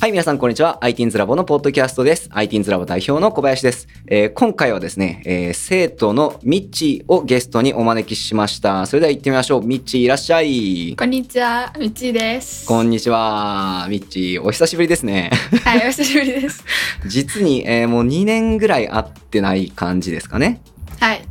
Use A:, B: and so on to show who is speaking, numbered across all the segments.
A: はい、皆さん、こんにちは。IT's ラボのポッドキャストです。IT's ラボ代表の小林です。えー今回はですね、えー生徒のミッチーをゲストにお招きしました。それでは行ってみましょう。ミッチーいらっしゃい。
B: こんにちは、みっちー です。
A: こんにちは。ミッチー、お久しぶりですね。
B: はい、お久しぶりです。
A: 実に、えーもう2年ぐらい会ってない感じですかね。
B: はい、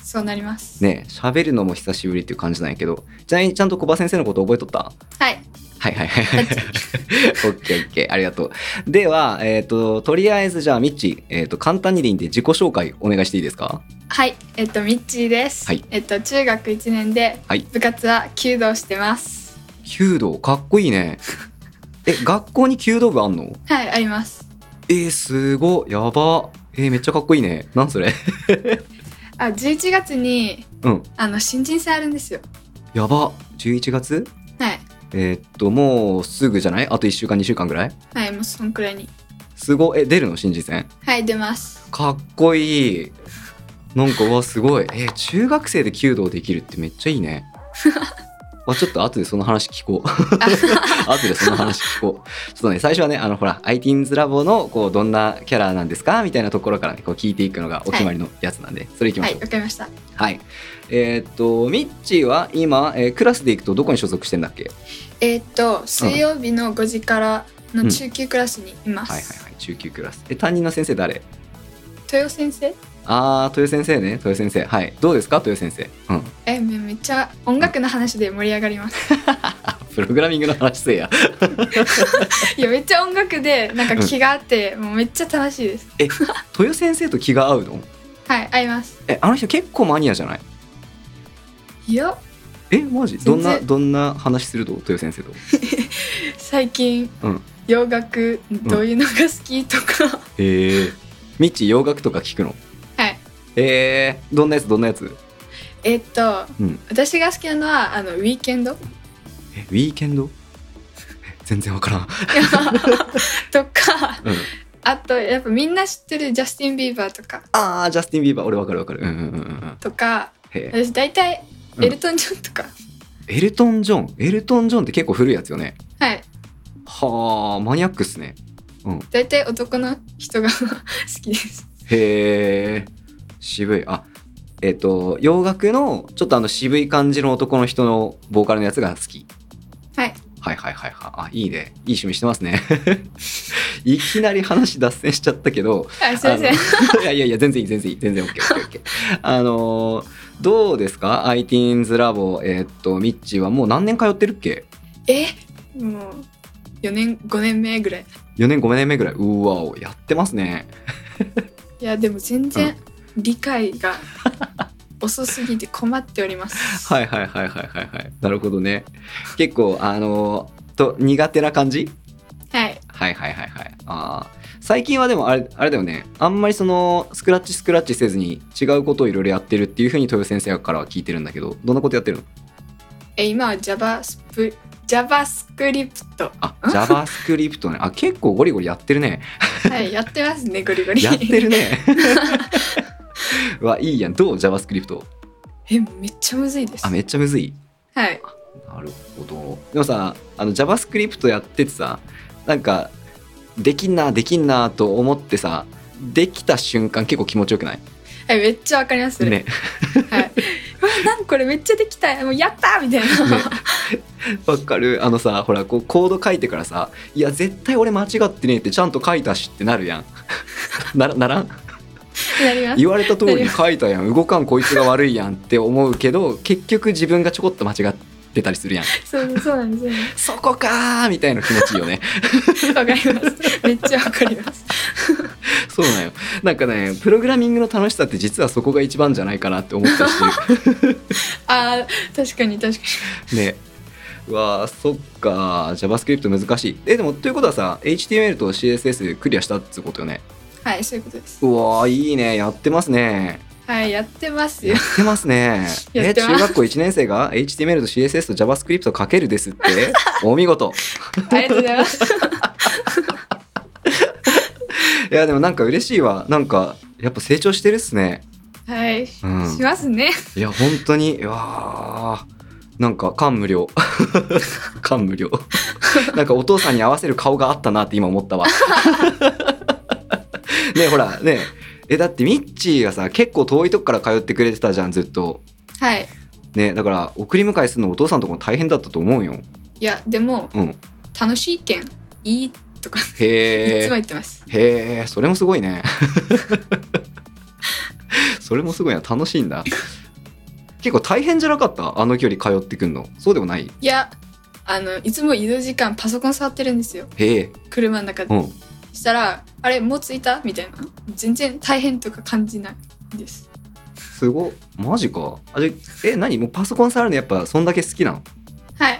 B: そうなります。
A: ねえ喋るのも久しぶりっていう感じなんやけど、ちなみにちゃんと小林先生のこと覚えとった
B: はい、
A: はいはいはい。オッケーオッケー。ありがとう。では、えっ、と、とりあえずじゃあ、ミッチ、えっ、と、簡単にでいいんで自己紹介お願いしていいですか
B: はい、えっと、みっちーです。
A: はい
B: えっと、中学1年で
A: はい
B: 部活は弓道してます。
A: 弓道、かっこいいね。え、学校に弓道部あんの
B: はい、あります。
A: えー、すごい。やば。えー、めっちゃかっこいいね。なんそれ
B: あ、11月に、
A: うん。
B: あの、新人祭あるんですよ。
A: やば。11月
B: はい、
A: えーっと、もうすぐじゃないあと1週間、2週間ぐらい
B: はい、もうそんくらいに。
A: すごい。え、出るの新人戦。
B: はい、出ます。
A: かっこいい。なんか、うわ、すごい。えー中学生で弓道できるってめっちゃいい ね。わちょっと後でその話聞 こう。後でその話聞こう。ちょっとね、最初はね、あの、ほら、IT's ラボの、こう、どんなキャラなんですかみたいなところからね、こう、聞いていくのがお決まりのやつなんで、それいきま
B: は
A: し
B: い、
A: ょう。
B: わかりました。
A: はい。えーっと、ミッチーは今、えークラスでいくとどこに所属してんだっけ
B: えっと、水曜日の5時からの中級クラスにいま
A: はいはい
B: す。
A: はい、中級クラス。え、担任の先生誰
B: 豊先生
A: あー、豊先生ね、豊先生。はい。どうですか、豊先生。うん。
B: え、めめっちゃ音楽の話で盛り上がります。
A: あ、プログラミングの話せえや。
B: いやめっちゃ音楽でなんか気があって、もうめっちゃ楽しいです
A: え、豊先生と気が合うの
B: はい合います
A: え、あの人結構マニアじゃない
B: いや
A: え、マジどんな、
B: 全然
A: どんな話すると豊先生と。
B: 最近、
A: うん
B: 洋楽どういうのが好きとか、
A: へえ。ミッチー洋楽とか聞くの
B: はい
A: えー、どんなやつどんなやつ
B: えっと、
A: うん
B: 私が好きなのはあのウィーケンド
A: え、ウィーケンドえ全然わからん。
B: とか
A: うん。
B: あとやっぱみんな知ってるジャスティン・ビーバーとか
A: あー、ジャスティン・ビーバー、俺わかるわかる。うんうんうんうん。
B: とか
A: へえ。
B: 私大体
A: うん
B: エルトン・ジョンとか、
A: エルトン・ジョン。エルトン・ジョンって結構古いやつよね。
B: はい
A: はあ、マニアックっすね。
B: 大体男の人が 好きです
A: へえ渋いあえっ、と洋楽のちょっとあの渋い感じの男の人のボーカルのやつが好き
B: はい
A: はいはいはいはいあいいねいい趣味してますね いきなり話脱線しちゃったけど
B: あすいません
A: あのいやいやいや全然いい全然いい全然 OKOKOK あのーどうですか iTeens ラボえっ、とミッチーはもう何年通ってるっけ
B: えもう4年5年目ぐらい
A: 4年5年目ぐらいうーわおやってますね
B: いやでも全然理解が遅すぎて困っておりま す。
A: はいはいはいはいはいはいなるほどね結構あのーと苦手な感じ
B: はい。
A: はいはいはいはい。ああ。最近はでもあれ、あれだよね。あんまりその、スクラッチスクラッチせずに違うことをいろいろやってるっていうふうに豊先生からは聞いてるんだけど、どんなことやってるの
B: え今は Java スプ JavaScript
A: あ、JavaScript ね。あ、結構ゴリゴリやってるね。
B: はいやってますねゴリゴリ。
A: やってるね。 うわ、いいやん。どう ?JavaScript。
B: えめっちゃむずいです。
A: あ、
B: はい。
A: めっちゃむずい。なるほど。でもさ、あの JavaScript やっててさ、なんか、できんな、できんなと思ってさ、できた瞬間結構気持ちよくない
B: はいめっちゃわかりますね。
A: ね。
B: はい。うわなんこれめっちゃできたもうやったみたいな。
A: ね わかるあのさほらこうコード書いてからさ「いや絶対俺間違ってねえ」ってちゃんと書いたしってなるやんならならん
B: なります。
A: 言われた通りに書いたやん動かんこいつが悪いやんって思うけど結局自分がちょこっと間違ってたりするやん
B: そうそうなんですよね。
A: そこかーみたいな気持ちいいよね
B: わかります。めっちゃわかります。
A: そうなんよなんかねプログラミングの楽しさって実はそこが一番じゃないかなって思ったりしてる
B: あー確かに確か
A: ねうわあそっか JavaScript 難しいえでもということはさ HTML と CSS クリアしたってことよね
B: にはいそういうことです。
A: うわーいいねやってますね
B: はいやってます
A: や
B: よ。
A: ってますね
B: や
A: え
B: ってます
A: 中学校1年生が HTML と CSS と JavaScript と書けるですって お見事
B: ありがとうございます。
A: いやでもなんか嬉しいわなんかやっぱ成長してるっすね
B: はい。
A: うん
B: しますね。
A: いや本 当にいやーなんか感無量感無量なんかお父さんに合わせる顔があったなって今思ったわ ねえほらねええだってミッチーがさ結構遠いとこから通ってくれてたじゃんずっと
B: はい
A: ねえだから送り迎えするのお父さんとかも大変だったと思うよ
B: いやでも、
A: うん
B: 楽しいけんいいとかい
A: へ
B: つも
A: え
B: 言ってます
A: へえそれもすごいね それもすごいな楽しいんだ結構大変じゃなかったあの距離通ってくんのそうでもない
B: いやあのいつも移動時間パソコン触ってるんですよ
A: へえ
B: 車の中で、
A: うん
B: したら「あれもう着いた?」みたいな全然大変とか感じないです
A: すごっマジかあれえ何もうパソコン触るのやっぱそんだけ好きなの
B: はい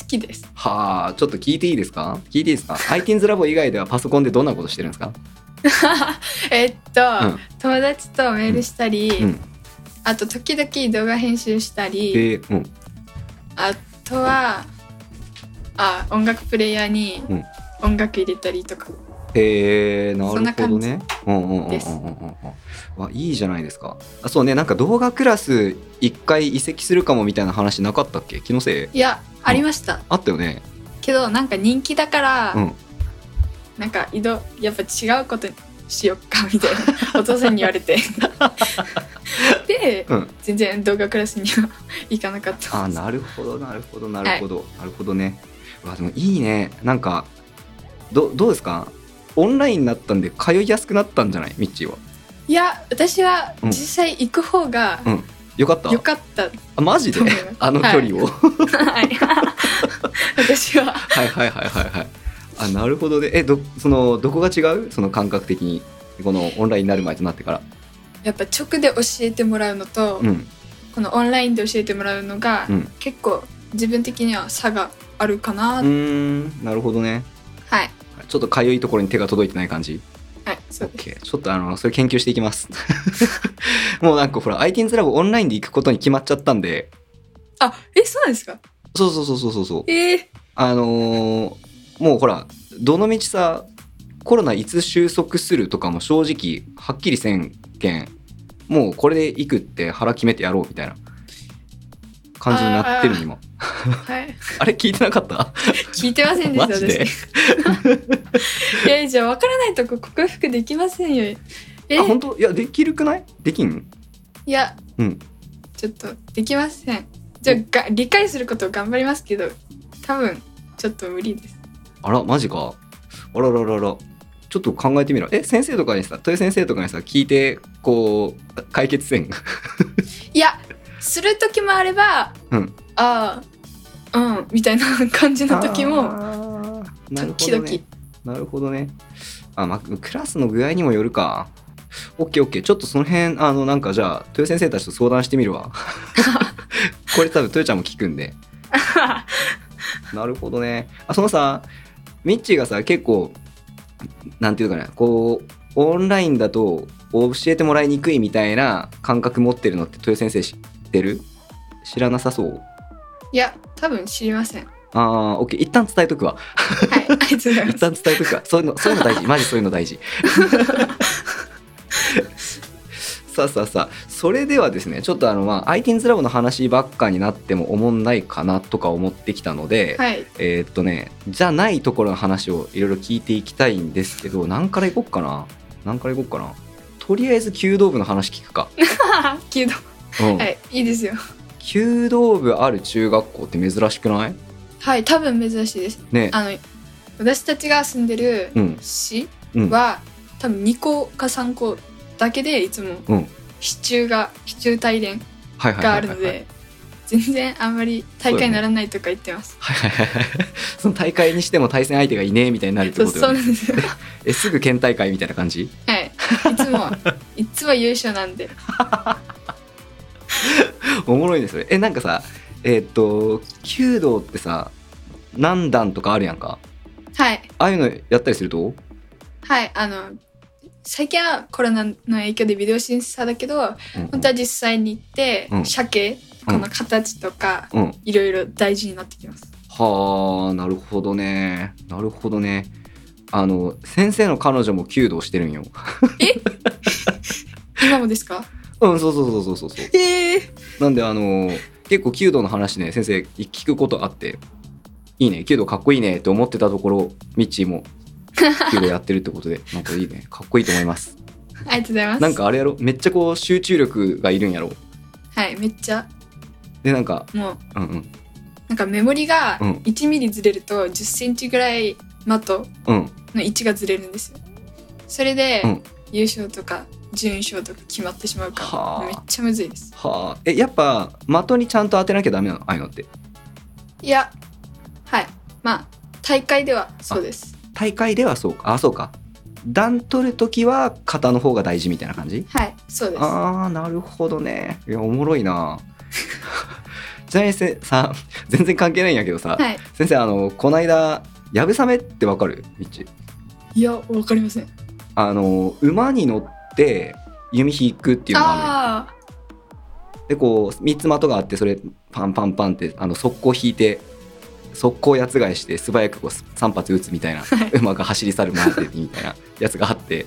B: 好きです
A: はあちょっと聞いていいですか聞いていいです か iTunes ラボ以外ではパソコンでどんなことしてるんですか
B: えっと、
A: うん
B: 友達とメールしたり、
A: うん
B: あと時々動画編集したり、
A: えー、うん
B: あとはあ音楽プレイヤーに
A: うん
B: 音楽入れたりとか、
A: えー、な
B: そんな
A: るほどねうんうんうんうんうん
B: です
A: うんわいいじゃないですかあそうねなんか動画クラス一回移籍するかもみたいな話なかったっけ気のせい
B: いやありました
A: あったよね
B: けどなんか人気だから、
A: うん
B: なんか移動やっぱ違うことにしよっかみたい なお父さんに言われてで、
A: うん
B: 全然動画クラスには行かなかった
A: あなるほどなるほどなるほど、なるほどねうわでもいいねなんかどどうですかオンラインになったんで通いやすくなったんじゃないミッチーはい
B: や私は
A: うん
B: 実際行く方が
A: よかった
B: 良か った、
A: あマジで
B: と思います
A: あの距離を、
B: はい私は
A: はい、はいはいはいはいあなるほどねえどそのどこが違うその感覚的にこのオンラインになる前となってから
B: やっぱ直で教えてもらうのと、
A: うん
B: このオンラインで教えてもらうのが、
A: うん
B: 結構自分的には差があるかな、
A: うーんなるほどね
B: はい
A: ちょっとかゆいところに手が届いてない感じ
B: はいそうです
A: OK ちょっとあのそれ研究していきます もうなんかほら IT's ラボオンラインで行くことに決まっちゃったんで
B: あえそうなんですか
A: そうそうそうそうそうそう
B: えー、
A: あのーもうほらどの道さコロナいつ収束するとかも正直はっきりせんけんもうこれで行くって腹決めてやろうみたいな感じになってる今
B: はい
A: あれ聞いてなかった
B: 聞いてませんでし
A: マ
B: た
A: ジで
B: 私えー、じゃあ分からないとこ克服できませんよえ
A: あ本当いやできるくないできん
B: いや、
A: うん
B: ちょっとできませんじゃあが理解することを頑張りますけど多分ちょっと無理です
A: あらマジかあららららちょっと考えてみろえ先生とかにさ豊先生とかにさ聞いてこう解決せん
B: いやする時もあれば、
A: うん
B: ああうんみたいな感じの時も
A: も
B: 時々、
A: なるほどね。あ、まあ、クラスの具合にもよるか。オッケーオッケー。ちょっとその辺、あの、なんかじゃあ、豊先生たちと相談してみる わ。これ多分、豊ちゃんも聞くんで。なるほどね。あ、そのさ、ミッチーがさ、結構、なんていうかね、こう、オンラインだと教えてもらいにくいみたいな感覚持ってるのって豊先生知ってる知らなさそう
B: いや多分知りませんは
A: あー、オッケー。一旦伝えとくわ。
B: いありがとうございま
A: 一
B: す
A: 旦伝えとくかそういうのそういうの大事マジそういうの大 事さあさあさあそれではですねちょっとあのまあ IT's ラボの話ばっかになってもおもんないかなとか思ってきたので、
B: はい
A: えーっとねじゃないところの話をいろいろ聞いていきたいんですけど何からいこっかな何からいこっかなとりあえず弓道部の話聞く か、
B: けど
A: うん
B: はいいいですよ
A: 弓道部ある中学校って珍しくない
B: はい多分珍しいです
A: ね
B: あの私たちが住んでる
A: うん
B: 市
A: うん
B: は、多分2校か3校だけでいつも
A: うん
B: 支柱が支柱大連
A: はいはい
B: が
A: は
B: あ
A: い
B: る
A: はい
B: の
A: はい
B: で全然あんまり大会にならないとか言ってます
A: はいはいはいはい その大会にしても対戦相手がいねえみたいになるって
B: そう,、
A: こと
B: そ
A: よ
B: う
A: ね
B: なんですよ
A: えすぐ県大会みたいな感じ
B: はいいつもいつも優勝なんで
A: おもろいねそれえなんかさえーっと弓道ってさ何段とかあるやんか
B: はい
A: ああいうのやったりすると
B: はいあの最近はコロナの影響でビデオ審査だけど
A: うん
B: 本当は実際に行って、
A: うん
B: 鮭この形とか、
A: うん
B: いろいろ大事になってきます
A: はあなるほどねなるほどねあの先生の彼女も弓道してるんよ
B: 今もですか
A: うんそうそうそうそうそうそう
B: ええ
A: なんであの結構弓道の話ね先生聞くことあっていいね弓道かっこいいねって思ってたところミッチーも弓道やってるってことで なんかいいねかっこいいと思います
B: ありがとうございます
A: なんかあれやろめっちゃこう集中力がいるんやろ
B: はいめっちゃ
A: でなんか
B: もう
A: うんうん
B: なんかメモリが
A: うん
B: 1ミリずれると1 0ンチぐらい的の
A: うん
B: 位置がずれるんですよそれで
A: うん
B: 優勝とか準優勝とか決まってしまうか
A: はあ
B: らめっちゃむずいです
A: はあえやっぱ的にちゃんと当てなきゃダメなのああいうのって
B: いやはいまあ大会ではそうです
A: 大会ではそうかあそうか段取る時は型の方が大事みたいな感じ
B: はいそうです
A: あーなるほどねいやおもろいな ちなみにせさ 全然関係ないんやけどさ、
B: はい
A: 先生あのこないだやぶさめってわかるみっち
B: いやわかりません
A: あの馬に乗って弓引くっていうのがある
B: ああ
A: でこう3つ的があってそれパンパンパンってあの速攻引いて速攻やつがいして素早くこう3発撃つみたいな
B: はい
A: 馬が走り去る前でみたいなやつがあって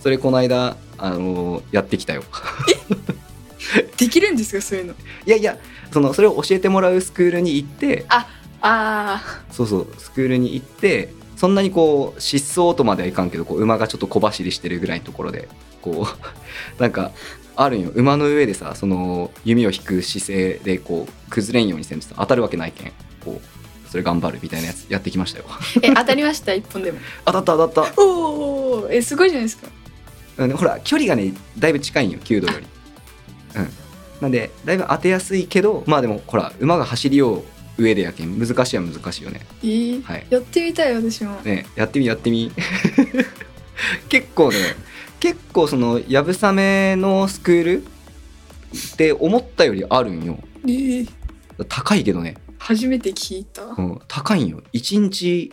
A: それこの間あのやってきたよ
B: できるんですかそういうの
A: いやいやそのそれを教えてもらうスクールに行って
B: あ
A: そうそうスクールに行ってそんなにこう失踪とまではいかんけどこう馬がちょっと小走りしてるぐらいのところでこう なんかあるんよ馬の上でさその弓を引く姿勢でこう崩れんようにせんとさ当たるわけないけんこうそれ頑張るみたいなやつやってきましたよ
B: あえ当たりました一本でも
A: 当たった当たっ
B: おおえすごいじゃないですか
A: た、うん、ほら距離がねだいぶ近いんよ弓道よりうんなんでだいぶ当てやすいけどまあでもほら馬が走りよう上でやけん難しいは難しいよね
B: えー
A: はい
B: やってみたい私も
A: ねやってみやってみ 結構ね結構そのやぶさめのスクールって思ったよりあるんよ
B: えー
A: 高いけどね、
B: 初めて聞いた
A: うん、高いんよ1日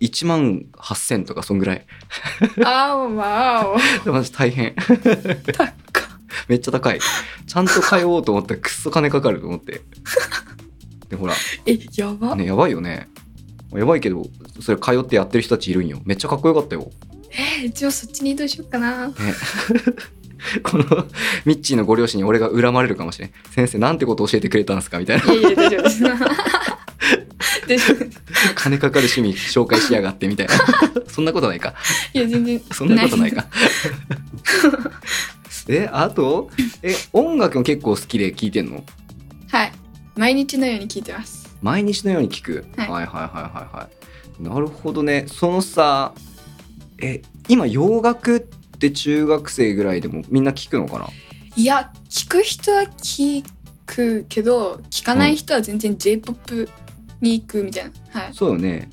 A: 1万8000とかそんぐらい
B: あおまあお
A: マジ大変
B: たっか
A: めっちゃ高いちゃんと通おうと思ったらくっそ金かかると思ってでほら、
B: えやば、
A: ね、やばいよねやばいけどそれ通ってやってる人たちいるんよめっちゃかっこよかったよ
B: えー、うちもそっちに移動しようかな
A: ね このミッチーのご両親に俺が恨まれるかもしれん先生なんてこと教えてくれたんですかみ たいない
B: やいや大丈夫です大丈夫です
A: 金かかる趣味紹介しやがってみたい なそんなことないか
B: いや全然
A: そんなことないか えあとえ音楽も結構好きで聴いてんの
B: はい毎日のように聞いてます
A: 毎日のように聴く、
B: はい
A: はいはいはいはいはいなるほどねそのさえ今洋楽って中学生ぐらいでもみんな聴くのかない
B: や聞く人は聞くけど聞かない人は全然 j p o p に行くみたいな、はい
A: そうよね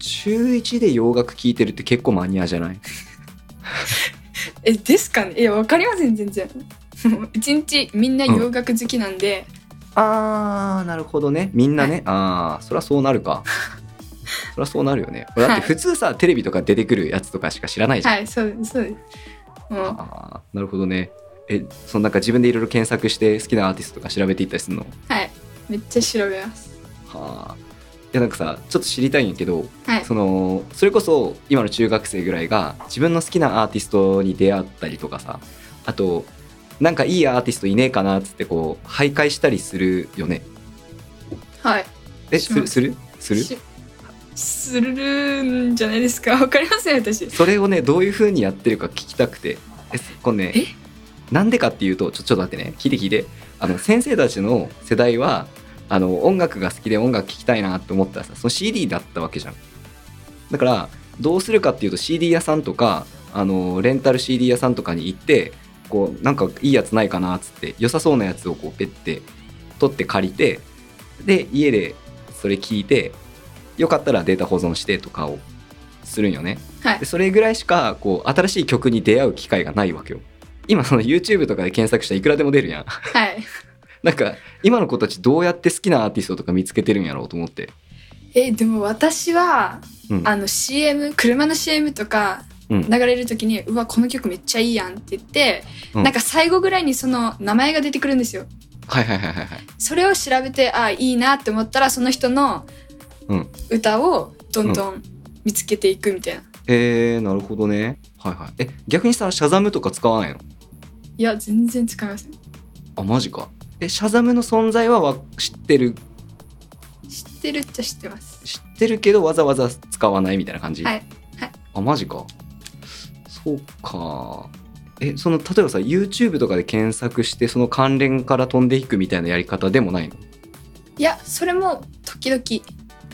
A: 中1で洋楽聴いてるって結構マニアじゃない
B: えですかねいやわかりません全然 もう一日みんな洋楽好きなんで、
A: あーなるほどねみんなね、ああそりゃそうなる かそりゃそうなるよねだっ
B: は
A: て
B: い
A: 普通さテレビとか出てくるやつとかしか知らないじゃん、
B: はいそうですそうですもう
A: あーなるほどねえそのなんか自分でいろいろ検索して好きなアーティストとか調べていったりするの
B: はいめっちゃ調べます
A: はあいやなんかさちょっと知りたいんやけど
B: はい
A: そのそれこそ今の中学生ぐらいが自分の好きなアーティストに出会ったりとかさあとなんかいいアーティストいねえかなっつってこう徘徊したりするよね
B: はい
A: え
B: し
A: す
B: ま
A: る
B: す
A: するする
B: しするんじゃないですかわかりますよ私
A: それをねどういう風にやってるか聞きたくてえすこれね
B: え
A: なんでかっていうとちょちょっと待ってね聞いて聞いてあの先生たちの世代はあの音楽が好きで音楽聴きたいなって思ったらさその CD だったわけじゃんだからどうするかっていうと CD 屋さんとかあのレンタル CD 屋さんとかに行ってこうなんかいいやつないかなっつって良さそうなやつをこうペッて取って借りてで家でそれ聞いてよかったらデータ保存してとかをするんよね
B: はい
A: でそれぐらいしかこう新しい曲に出会う機会がないわけよ今その YouTube とかで検索したらいくらでも出るやん
B: はい
A: なんか今の子たちどうやって好きなアーティストとか見つけてるんやろうと思って
B: えでも私は
A: うん
B: あの CM 車の CM とか
A: うん
B: 流れる時に「うわこの曲めっちゃいいやん」って言って、
A: うん
B: なんか最後ぐらいにその名前が出てくるんですよ
A: はいはいはいはいはい
B: それを調べてあいいなって思ったらその人の
A: うん
B: 歌をどんどん見つけていくみたいな、
A: えー、なるほどねはいはいえ逆にさシャザムとか使わないの
B: いや全然使いません
A: あマジかえシャザムの存在はわ知ってる
B: 知ってるっちゃ知ってます
A: 知っってるけどわざわざ使わないみたいな感じ、
B: はいはい
A: あマジかそうかえその例えばさ YouTube とかで検索してその関連から飛んでいくみたいなやり方でもないの
B: いやそれも時々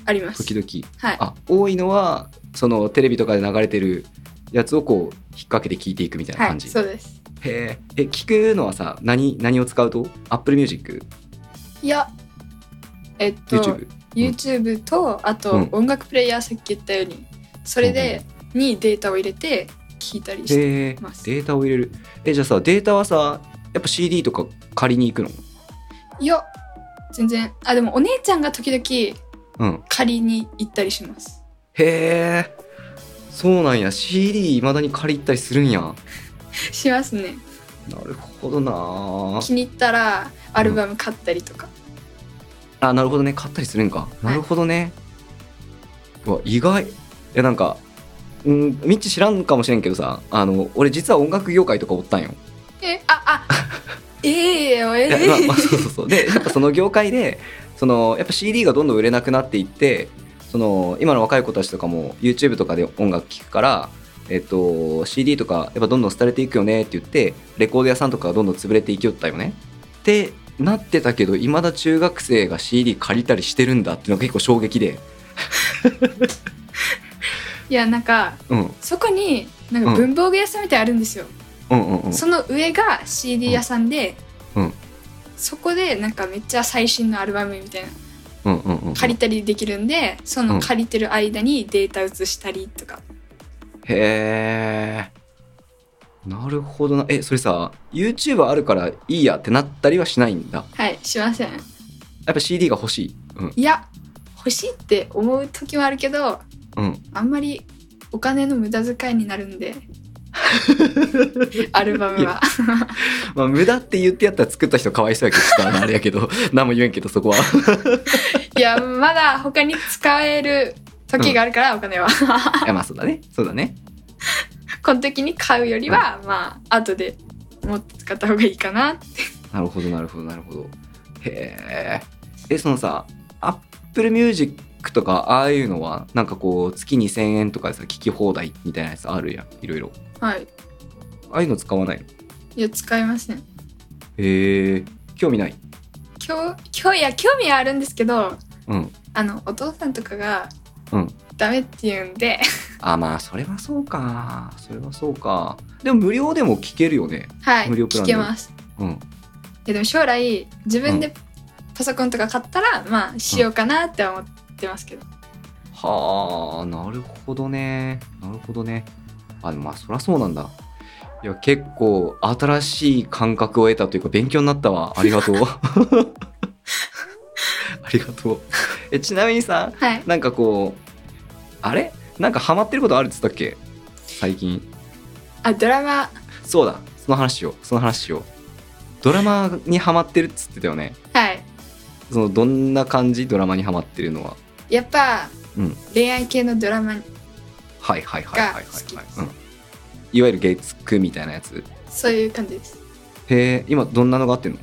B: あります
A: 時々
B: はい
A: あ多いのはそのテレビとかで流れてるやつをこう引っ掛けて聞いていくみたいな
B: は
A: 感
B: い
A: じ、
B: そうです
A: へええ聞くのはさ何何を使うと Apple Music
B: いやえっと
A: YouTube
B: YouTube とあと
A: うん
B: 音楽プレイヤーさっき言ったようにそれでにデータを入れて聞いたりして
A: へえデ
B: ます
A: ータを入れるえじゃあさデータはさやっぱ CD とか借りに行くの
B: いや全然あでもお姉ちゃんが時々
A: うん
B: 借りに行ったりします
A: へえそうなんや CD いまだに借り行ったりするんや
B: しますね
A: なるほどな
B: 気に入ったらアルバム買ったりとか、
A: あなるほどね買ったりするんかなるほどね、うわ意外いやなんかうんミッチ知らんかもしれんけどさあの俺実は音楽業界とかおったんよ
B: え ああええよえ
A: い
B: え
A: やまあまあそうそうそうでやっぱその業界でそのやっぱ CD がどんどん売れなくなっていってその今の若い子たちとかも YouTube とかで音楽聴くから、えっと、CD とかやっぱどんどん廃れていくよねって言ってレコード屋さんとかがどんどん潰れていきよったよねってなってたけどいまだ中学生が CD 借りたりしてるんだっていうのが結構衝撃で
B: いやなんか
A: うんうん
B: そこになんか文房具屋さんみたいなのあるんですよ、
A: うんうん
B: その上が CD 屋さんで、
A: うんうん
B: そこでなんかめっちゃ最新のアルバムみたいな
A: うんうんうん
B: 借りたりできるんでその借りてる間にデータ移したりとか、
A: へえなるほどなえそれさ YouTube あるからいいやってなったりはしないんだ
B: はいしません
A: やっぱ CD が欲しい。うん。
B: いや欲しいって思う時はあるけど
A: うん。
B: あんまりお金の無駄遣いになる んでアルバムは
A: まあ、無駄って言ってやったら作った人かわいそうやけど、ちょっとあのあれやけ ど、何も言えんけど、そこ は。い
B: いやまだ他に使える時があるから、お金は
A: や、まあそうだね。そうだね。
B: この時に買うよりは、まあ後で持って使った方がいいかな
A: なるほど、なるほど、なるほど。へえ。え、そのさ、Apple Music とか、ああいうのは、なんかこう、月2000円とかでさ、聞き放題みたいなやつあるやん。いろいろ。
B: はい
A: ああいうの使わないの
B: いや使いません
A: へえ。興味ない。
B: 今日今日いや興味はあるんですけど
A: うん。
B: あのお父さんとかが
A: うん
B: ダメって言うんで、
A: あ、まあ、それはそうか。それはそうか。でも、無料でも聞けるよね。
B: はい
A: 無料プラ
B: 聞
A: ンで
B: けます
A: うん。
B: いやでも将来自分でパソコンとか買ったら、まあしようかなって思ってますけど、
A: はあなるほどねなるほどねあでもまあそりゃそうなんだいや結構新しい感覚を得たというか勉強になったわありがとうありがとうえちなみにさ
B: はい
A: なんかこうあれなんかハマってることあるっつったっけ最近
B: あドラマ
A: そうだその話をその話をドラマにハマってるっつってたよね
B: はい
A: そのどんな感じドラマにハマってるのは
B: やっぱ、
A: うん
B: 恋愛系のドラマ
A: はいはいはいはいはい
B: が好き
A: はい、うん、いわゆる月9みたいなやつ
B: そういう感じです
A: へえ今どんなのがあってんの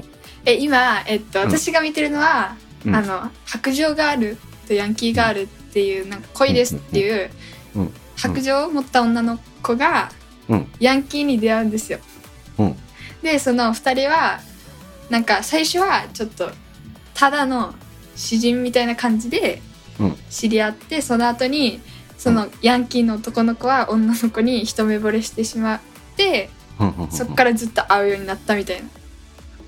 B: え今、えっと、
A: うん
B: 私が見てるのは、
A: うん
B: あの「白状ガール」と「ヤンキーガール」っていうなんか恋ですっていう、
A: うんうんうん
B: 白状を持った女の子が、
A: うん
B: ヤンキーに出会うんですよ、
A: うん
B: でその2人はなんか最初はちょっとただの詩人みたいな感じで
A: うん
B: 知り合って、その後にそのヤンキーの男の子は女の子に一目惚れしてしまってそっかららずっと会うようになったみたいな。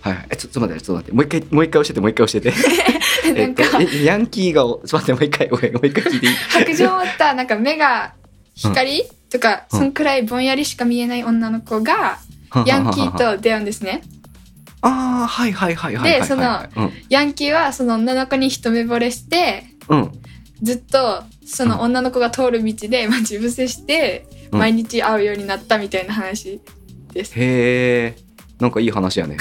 A: はいはいえちょちょっと待ってちょっと待ってもう一回もう一回教えてもう一回教えて
B: な
A: え
B: ん
A: っと
B: か
A: えヤンキーがおちょっと待ってもう一回ごめんもう一回聞いていい
B: 白 状を持ったなんか目が光とか、
A: うん
B: そんくらいぼんやりしか見えない女の子がヤンキーと出会うんですね。
A: ああはいはいはいはいはい
B: でその
A: はいはい
B: ヤンキーはその女の子に一目惚れして
A: うんうん
B: ずっとその女の子が通る道で待ち伏せして
A: うん
B: 毎日会うようになったみたいな話です。
A: へえなんかいい話 やね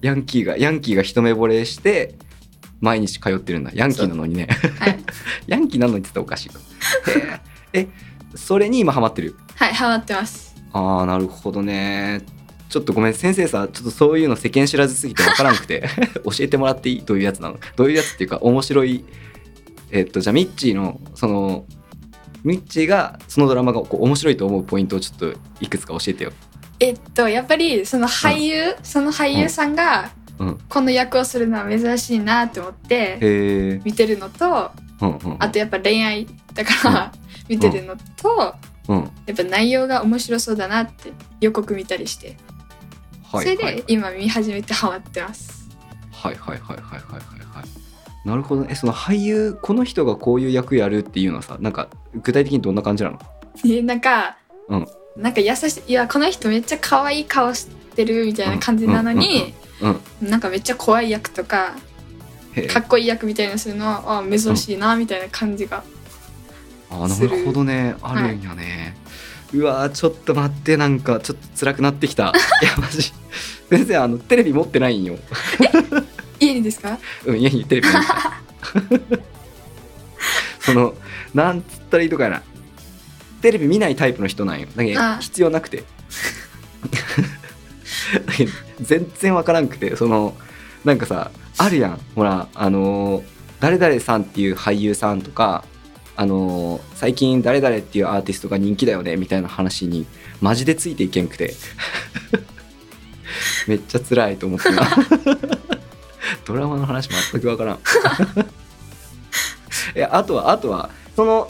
A: ヤンキーがヤンキーが一目惚れして毎日通ってるんだヤンキーなのにね
B: はい、
A: ヤンキーなのにって言ったらおかしいかへええそれに今ハマってる
B: はい、ハマってます。
A: ああなるほどねちょっとごめん先生さちょっとそういうの世間知らずすぎて分からなくて 教えてもらっていいどういうやつなのどういうやつっていうか面白いえっとじゃあミッチーのそのミッチーがそのドラマがこう面白いと思うポイントをちょっといくつか教えてよ。
B: えっとやっぱりその俳優、その俳優さんが
A: うん、
B: この役をするのは珍しいなって思って
A: へえ。
B: 見てるのと
A: うんうん
B: あとやっぱ恋愛だから 見てるのと
A: うん
B: やっぱ内容が面白そうだなって予告見たりして
A: はい
B: それ
A: はい
B: で今見始めてハマってます。
A: はいはいはいはいはいはいはい。なるほどね。えその俳優この人がこういう役やるっていうのはさなんか具体的にどんな感じなの？
B: でなんか、
A: うん
B: なんか優しいいやこの人めっちゃ可愛い顔してるみたいな感じなのに、
A: うんうんうん
B: なんかめっちゃ怖い役とか
A: へえ
B: かっこいい役みたいなのするのはあ珍しいなみたいな感じが、
A: あなるほどねあるんやね。うわーちょっと待ってなんかちょっと辛くなってきた いやマジ先生あのテレビ持ってないんよ
B: 家にですか
A: うん家にテレビ持ってないそのなんつったらいいとかやなテレビ見ないタイプの人なんよだけど
B: あ
A: 必要なくてだけど全然わからんくてそのなんかさあるやんほらあのー誰々さんっていう俳優さんとかあのー最近誰々っていうアーティストが人気だよねみたいな話にマジでついていけんくて めっちゃ辛いと思ってなドラマの話全くわからん いやあとはあとはその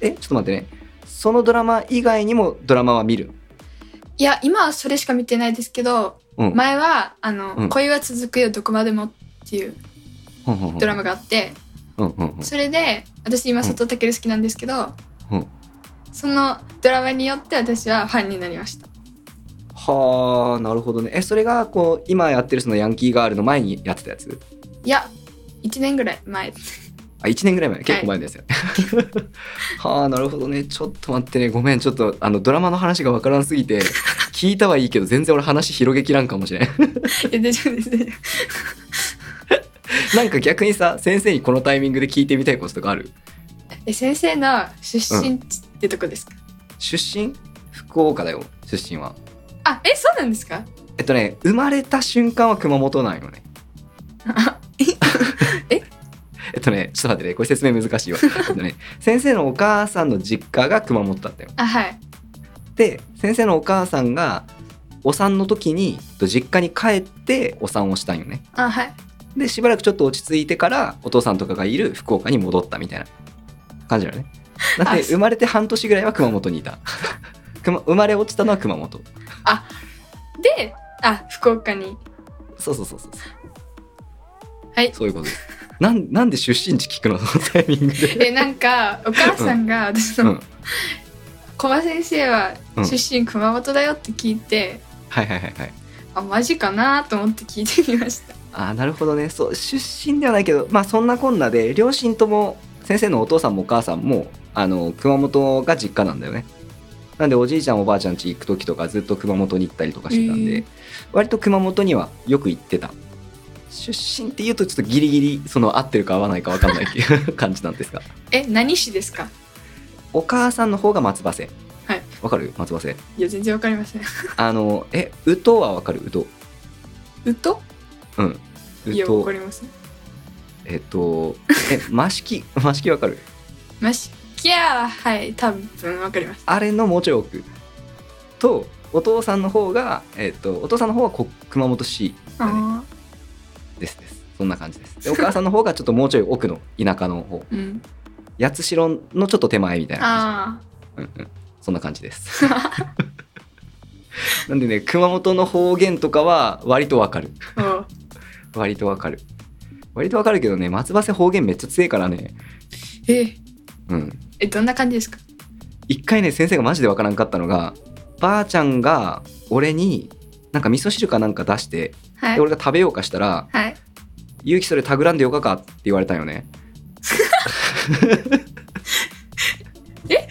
A: えちょっと待ってねそのドラマ以外にもドラマは見る
B: いや今はそれしか見てないですけど
A: うん
B: 前は「あの
A: うん
B: 恋は続くよどこまでも」っていうドラマがあって、
A: うんうんうん
B: それで私今佐藤健好きなんですけど、
A: うん
B: そのドラマによって私はファンになりました。
A: はあなるほどねえそれがこう今やってるそのヤンキーガールの前にやってたやつ
B: いや1年ぐらい 前
A: あ1年ぐらい前結構前ですよね、 はあなるほどねちょっと待ってねごめんちょっとあのドラマの話がわからんすぎて聞いたはいいけど全然俺話広げきらんかもしれん
B: いや大丈夫です大丈夫です
A: なんか逆にさ先生にこのタイミングで聞いてみたいこととかある
B: え先生の出身地ってとこですか、
A: 出身福岡だよ出身は
B: あえそうなんですか
A: えっとね生まれた瞬間は熊本なんよねえっとね、ちょっと待ってね、これ説明難しいわ。えっとね、先生のお母さんの実家が熊本だったよ。
B: あはい
A: で、先生のお母さんが、お産の時に、えっと実家に帰ってお産をしたんよね。
B: あはい
A: で、しばらくちょっと落ち着いてから、お父さんとかがいる福岡に戻ったみたいな感じだよね。だっ
B: あ
A: て、生まれて半年ぐらいは熊本にいた。 熊生まれ落ちたのは熊本。
B: であ福岡に
A: そうそうそうそう。
B: はい
A: そういうことです。なんなんで出身地聞くのそのタイミングで。
B: えなんかお母さんが私
A: うん。
B: の小葉先生は
A: うん
B: 出身熊本だよって聞いて、
A: はいはいはいはい。
B: あマジかなと思って聞いてみました
A: あーなるほどねそう出身ではないけどまあそんなこんなで両親とも先生のお父さんもお母さんもあの熊本が実家なんだよねなんでおじいちゃんおばあちゃん家行く時とかずっと熊本に行ったりとかしてたんで、
B: へー
A: 割と熊本にはよく行ってた出身っていうとちょっとギリギリその合ってるか合わないか分かんないっていう感じなんですが
B: え何市ですか
A: お母さんの方が松葉瀬
B: はい
A: わかる松葉瀬
B: いや全然わかりません
A: あのえ宇都はわかる宇都
B: うと
A: うん
B: い
A: 宇
B: やわか
A: 都
B: りません
A: えっとえ益 城益城わかる
B: マシキャーはい多分わかります
A: あれのもうちょい奥とお父さんの方が、えっとお父さんの方はこ熊本市だね
B: あ
A: ですですそんな感じですでお母さんの方がちょっともうちょい奥の田舎の方
B: ーうん
A: 八代のちょっと手前みたいな感じ
B: あ
A: うんうん、そんな感じです なんでね熊本の方言とかは割とわかる
B: ーお
A: 割とわかる割とわかるけどね松葉瀬方言めっちゃ強いからね
B: え
A: うん
B: えどんな感じですか
A: 一回ね先生がマジでわからんかったのがばあちゃんが俺になんか味噌汁かなんか出して
B: はい
A: で俺が食べようかしたら
B: はい
A: 「ゆうきそれたぐらんでよかか」って言われたんよ ね で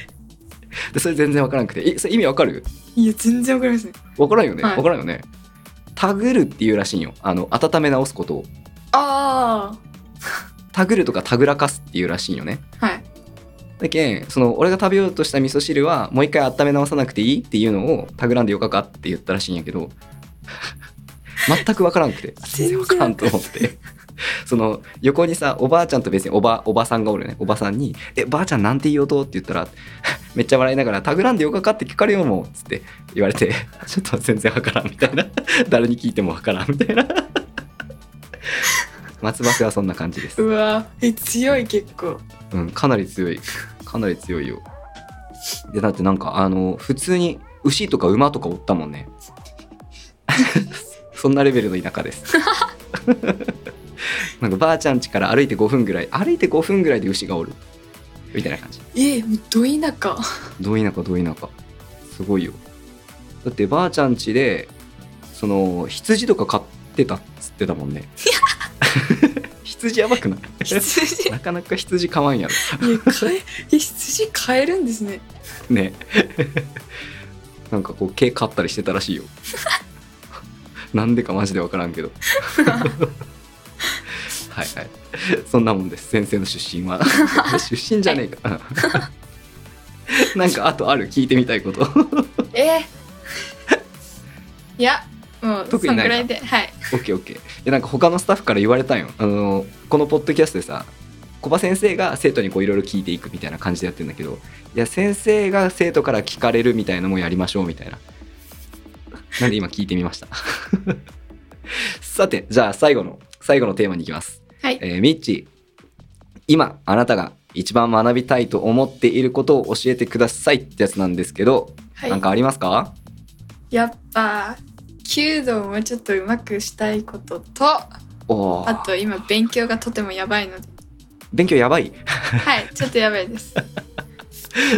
A: それ全然わからんくてえそれ意味わかる
B: いや全然わかりません
A: わからんよね
B: はい
A: わからんよねたぐるっていうらしいんよあの温め直すことを
B: あ
A: たぐるとかたぐらかすっていうらしいんよね
B: あはい
A: だけんその俺が食べようとした味噌汁はもう一回温め直さなくていいっていうのをたぐらんでよかかって言ったらしいんやけ ど全く分からんくて全然分からんと思って。その横にさおばあちゃんと別におばおばさんがおるよねおばさんに「えばあちゃんなんて言いようと?」って言ったら めっちゃ笑いながら「たぐらんでよかかって聞かれよもう」っつって言われて 「ちょっと全然分からん」みたいな 「誰に聞いても分からん」みたいな 松葉瀬はそんな感じです
B: うわえ強い結構
A: うん、かなり強い。 かなり強いよ。で、だってなんか、あの、普通に牛とか馬とかおったもんね。 そんなレベルの田舎です。 なんかばあちゃん家から歩いて5分ぐらい歩いて5分ぐらいで牛がおるみたいな感じ
B: えもうど田舎
A: ど田舎ど田舎すごいよだってばあちゃん家でその羊とか飼ってたっつってたもんね羊やばくない
B: 羊いや
A: なかなか羊飼わんやろ
B: かええ羊飼えるんですね
A: ね なんかこう毛刈ったりしてたらしいよ なんでかマジで分からんけどはいはいそんなもんです先生の出身は出身じゃねえか なんかあとある聞いてみたいこと
B: え いやもう
A: 特にないな
B: そんぐらいではい
A: OKOK いやなんか他のスタッフから言われたんよあのこのポッドキャストでさ小葉先生が生徒にこういろいろ聞いていくみたいな感じでやってるんだけどいや先生が生徒から聞かれるみたいなのもやりましょうみたいななんで今聞いてみました さてじゃあ最後の最後のテーマに行きます
B: はい
A: えーミッチー今あなたが一番学びたいと思っていることを教えてくださいってやつなんですけど、
B: はい
A: なんかありますか
B: やっぱ弓道をもうちょっとうまくしたいことと
A: おー
B: あと今勉強がとてもやばいので
A: 勉強やばい
B: はいちょっとやばいです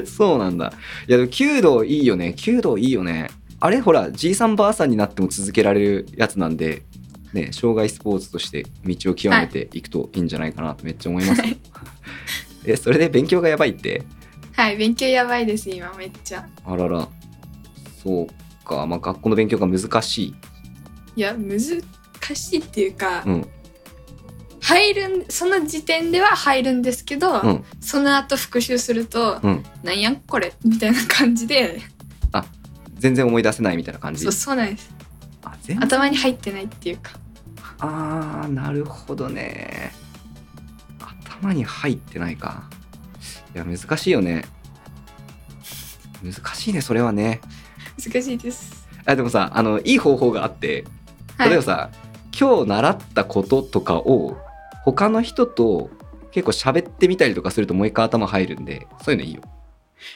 A: そうなんだいやでも弓道いいよね弓道いいよねあれほらじいさんばあさんになっても続けられるやつなんでね障害スポーツとして道を極めていくといいんじゃないかなとめっちゃ思います、
B: はい
A: えそれで勉強がやばいって
B: はい勉強やばいです今めっちゃ
A: あららそうかまあ学校の勉強が難しい
B: いや難しいっていうか、
A: うん
B: 入るんその時点では入るんですけど、
A: うん
B: その後復習すると
A: うん
B: なんやんこれみたいな感 じで
A: 全然思い出せないみたいな感じ
B: そうそうなんです
A: あ全然
B: 頭に入ってないっていうか
A: あーなるほどね頭に入ってないかいや難しいよね難しいねそれはね
B: 難しいです
A: あでもさあのいい方法があって
B: はい
A: 例えばさ、今日習ったこととかを他の人と結構喋ってみたりとかするともう一回頭入るんでそういうのいいよ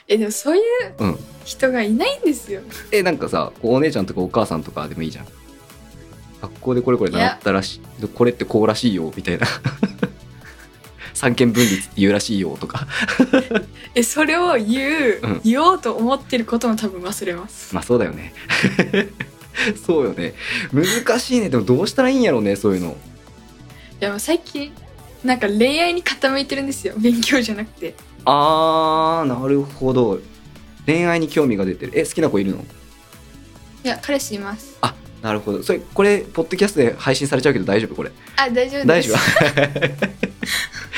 B: えでもそういう
A: うん
B: 人がいないんですよ、
A: えなんかさこうお姉ちゃんとかお母さんとかでもいいじゃん学校でこれこれ習ったらしいこれってこうらしいよみたいな 三権分立って言うらしいよとか
B: えそれを言う、
A: うん
B: 言おうと思ってることも多分忘れます
A: まあそうだよね そうよね難しいねでもどうしたらいいんやろうねそういうの
B: いやもう最近なんか恋愛に傾いてるんですよ勉強じゃなくて
A: あーなるほど恋愛に興味が出てるえ好きな子いるの
B: いや彼氏います
A: あなるほどそれこれポッドキャストで配信されちゃうけど大丈夫これ
B: あ大丈夫です
A: 大丈夫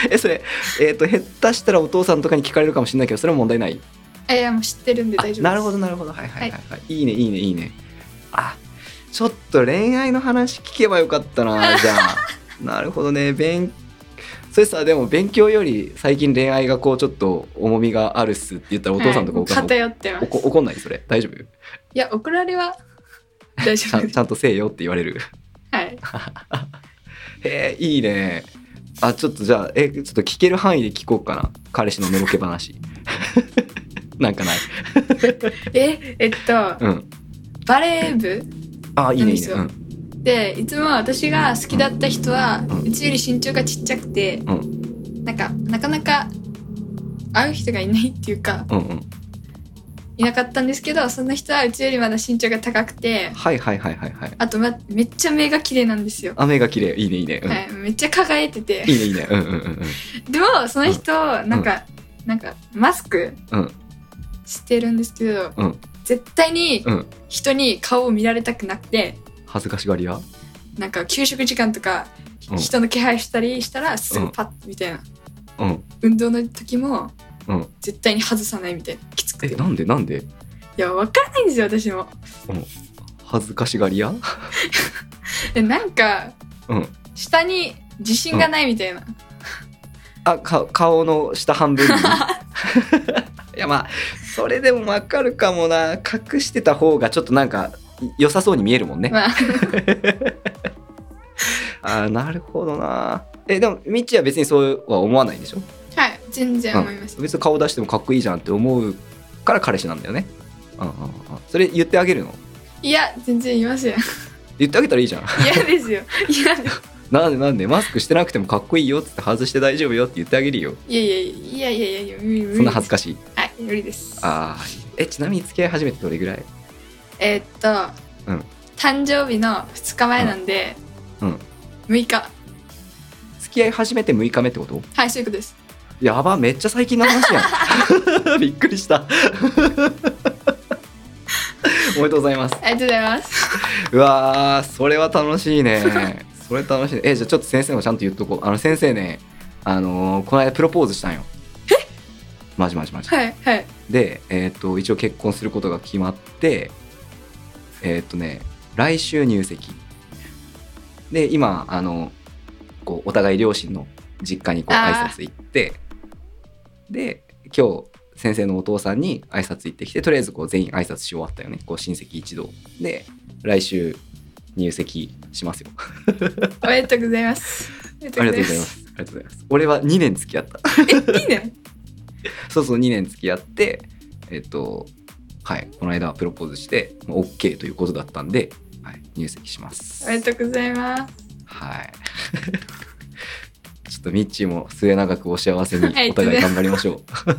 A: えそれえっ、と下手したらお父さんとかに聞かれるかもしれないけどそれは問題ない
B: あいやもう知ってるんで
A: あ
B: 大丈夫です
A: なるほどなるほどはいはいはい、はいい、いねいいねいいねあちょっと恋愛の話聞けばよかった なじゃあなるほどね勉それさでも勉強より最近恋愛がこうちょっと重みがあるっすって言ったらお父さんとか
B: は
A: お
B: い
A: 母さん、
B: 偏ってます
A: おこ怒んないそれ大丈夫
B: いや怒られ は大
A: ち
B: 丈
A: ゃん
B: 夫 です
A: ちゃんとせえよって言われる
B: はい
A: へえいいねあちょっとじゃあえちょっと聞ける範囲で聞こうかな彼氏ののろけ話 なんかない
B: ええっと
A: うん
B: バレー部
A: あいいねいいね
B: 何でいつも私が好きだった人は
A: うん
B: うちより身長がちっちゃくて、
A: う
B: なんかなかなか会う人がいないっていうか
A: うんうんうん
B: いなかったんですけどその人はうちよりまだ身長が高くて
A: はいはいはいはいはい
B: あと、ま、めっちゃ目が綺麗なんですよ、
A: 雨が綺麗いいねいいね、うん
B: はい、めっちゃ輝いてて
A: いいねいいねうんうんうん
B: でもその人なんか、なんかマスク
A: うん
B: してるんですけど、
A: うん
B: 絶対に
A: うん
B: 人に顔を見られたくなくて
A: 恥ずかしがり屋
B: なんか給食時間とか
A: うん
B: 人の気配したりしたらすぐパッみたいな、
A: うん
B: 運動の時も
A: うん
B: 絶対に外さないみたいなきつく
A: え
B: てい
A: なんでなんで
B: や分からないんですよ私も
A: 恥ずかしがり屋
B: でなんか
A: うん
B: 下に自信がないみたいな、
A: あか顔の下半分に いやまあそれでもわかるかもな隠してた方がちょっとなんか良さそうに見えるもんね、
B: まあ
A: あーなるほどなえでもみっちーは別にそうは思わないんでしょ
B: はい全然思いました、
A: 別に顔出してもかっこいいじゃんって思うから彼氏なんだよねうんうんうんそれ言ってあげるの
B: いや全然い ません
A: 言ってあげたらいいじゃん
B: 嫌ですよ嫌です
A: なんでなんでマスクしてなくてもかっこいいよっつって外して大丈夫よって言ってあげるよ
B: いやいやいやいやいやいや無理無理
A: そんな恥ず
B: か
A: かしい
B: はい無理です
A: あーえちなみに付き合い始めてどれぐらい
B: えーっと、
A: うん
B: 誕生日の2日前なんで、
A: うんうん
B: 6日
A: 付き合い始めて6日目ってこと
B: はいそういうことです
A: やばめっちゃ最近の話やん びっくりしたおめでとうございます
B: ありがとうございます
A: うわーそれは楽しいねそれ楽しいねえじゃあちょっと先生もちゃんと言っとこうあの先生ねあのーこの間プロポーズしたんよマジマジマジ
B: はいはい
A: でえーっと一応結婚することが決まってえーっとね来週入籍で今あのこうお互い両親の実家にこう挨
B: あー
A: 拶行ってで今日先生のお父さんに挨拶行ってきてとりあえずこう全員挨拶し終わったよねこう親戚一同で来週入籍しますよ
B: おめでとうございますあり
A: ありがとうございますありがとうございます俺は2年付き合った
B: ますいいね
A: そうそう2年付き合ってえっとはいこの間プロポーズしてまあ OK ということだったんで、はい、入籍します
B: おめでとうございます
A: はい ちょっとミッチーも末永くお幸せに
B: はい
A: お互い頑張りましょう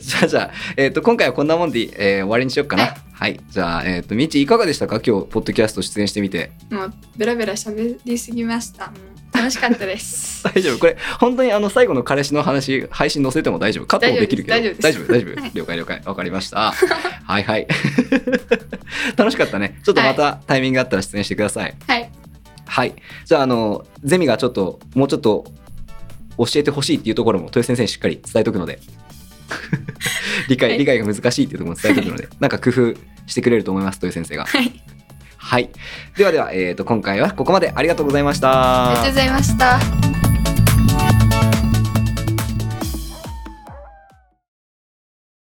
A: じゃあじゃあ、えっと今回はこんなもんで、えー終わりにしようかな
B: は
A: はい、じゃあ、えっとミッチーいかがでしたか今日ポッドキャスト出演してみて
B: もうベラベラ喋りすぎましたもう楽しかったで す
A: 大丈夫これ本当にあの最後の彼氏の話配信載せても大丈夫カットもできるけど
B: 大丈夫です大丈夫
A: 大
B: です
A: 丈夫大丈
B: は
A: 夫
B: い
A: 了解了解わかりました はいはい楽しかったねちょっとまたタイミングがあったら出演してください
B: はい
A: はいじゃああのゼミがちょっともうちょっと教えてほしいっていうところも豊先生にしっかり伝えとくの で理解、
B: はい
A: 理解が難しいっていうところも伝えてくの でなんか工夫してくれると思います豊先生が
B: はい
A: はいではでは、えー、と今回はここまでありがとうございました
B: ありがとうございました